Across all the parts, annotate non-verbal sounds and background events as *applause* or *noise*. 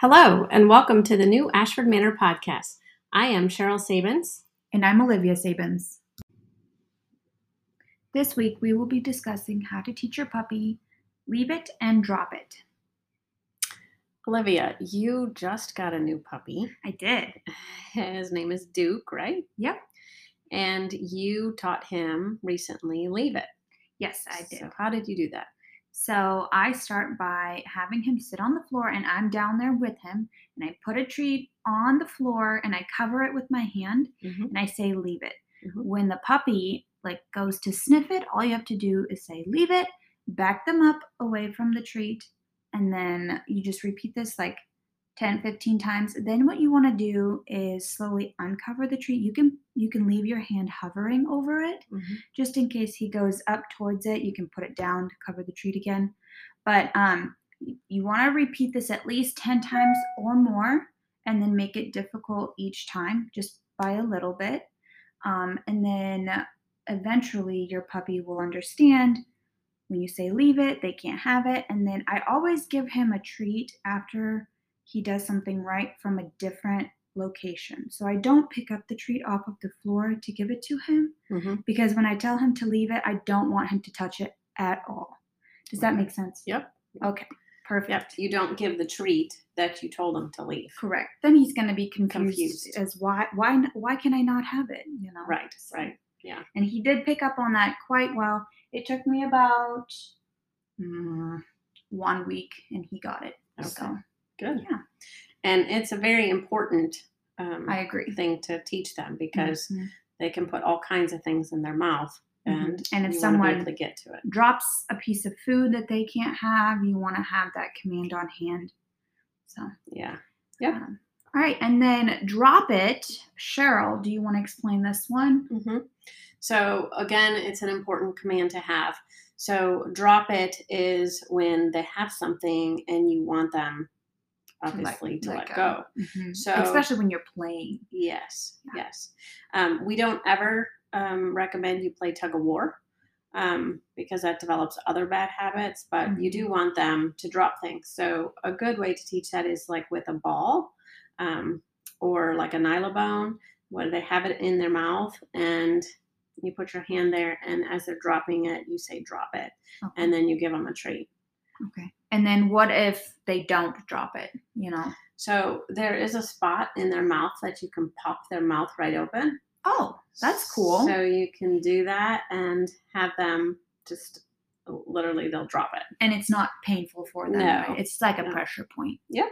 Hello, and welcome to the new Ashford Manor podcast. I am Cheryl Sabins. And I'm Olivia Sabins. This week we will be discussing how to teach your puppy leave it and drop it. Olivia, you just got a new *sighs* puppy. I did. His name is Duke, right? Yep. And you taught him recently leave it. Yes, I did. So how did you do that? So I start by having him sit on the floor and I'm down there with him and I put a treat on the floor and I cover it with my hand Mm-hmm. and I say leave it. Mhm. When the puppy like goes to sniff it, all you have to do is say leave it, back them up away from the treat, and then you just repeat this like 10 15 times. Then what you want to do is slowly uncover the treat. You can you can leave your hand hovering over it Mm-hmm. just in case he goes up towards it, you can put it down to cover the treat again. But um, y- you want to repeat this at least 10 times or more and then make it difficult each time just by a little bit. Um, and then eventually your puppy will understand when you say leave it, they can't have it. And then I always give him a treat after he does something right from a different location. So I don't pick up the treat off of the floor to give it to him Mm-hmm. because when I tell him to leave it, I don't want him to touch it at all. Does that make sense? Yep. Okay, perfect. Yep. You don't give the treat that you told him to leave. Correct. Then he's going to be confused, Confused. as why why n- why can I not have it? You know. Right. Right. And he did pick up on that quite well. It took me about mm, one week, and he got it. So Good. Yeah. And it's a very important um, I agree. thing to teach them because Mhm. they can put all kinds of things in their mouth, and Mhm. And if you wanna be able someone- to get to it, drops a piece of food that they can't have, you want to have that command on hand. So. yeah. Um, all right, and then drop it. Cheryl, do you want to explain this one? hmm So again, it's an important command to have. So drop it is when they have something and you want them, let- obviously, to let, let go. go. Mm-hmm. So- especially when you're playing. Yes, Yeah. yes. Um, we don't ever um, recommend you play tug of war um, because that develops other bad habits. But you do want them to drop things. So a good way to teach that is like with a ball um, or like a nylabone, where they have it in their mouth and you put your hand there, and as they're dropping it, you say drop it, Okay. and then you give them a treat. okay. And then what if they don't drop it? You know. So there is a spot in their mouth that you can pop their mouth right open. Oh, that's cool. So you can do that and have them just literally they'll drop it. and it's not painful for them. No. right? It's like a No. pressure point. Yep.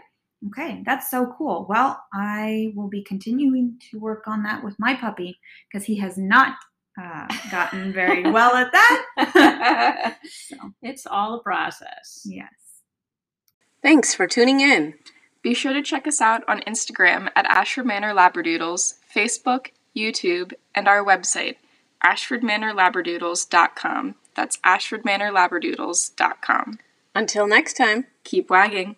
Okay, that's so cool. Well, I will be continuing to work on that with my puppy because he has not uh, gotten very *laughs* well at that. So it's all a process. yes. Thanks for tuning in. Be sure to check us out on Instagram at Ashford Manor Labradoodles, Facebook, YouTube, and our website, ashfordmanorlabradoodles.com. That's ashfordmanorlabradoodles.com. Until next time. Keep wagging.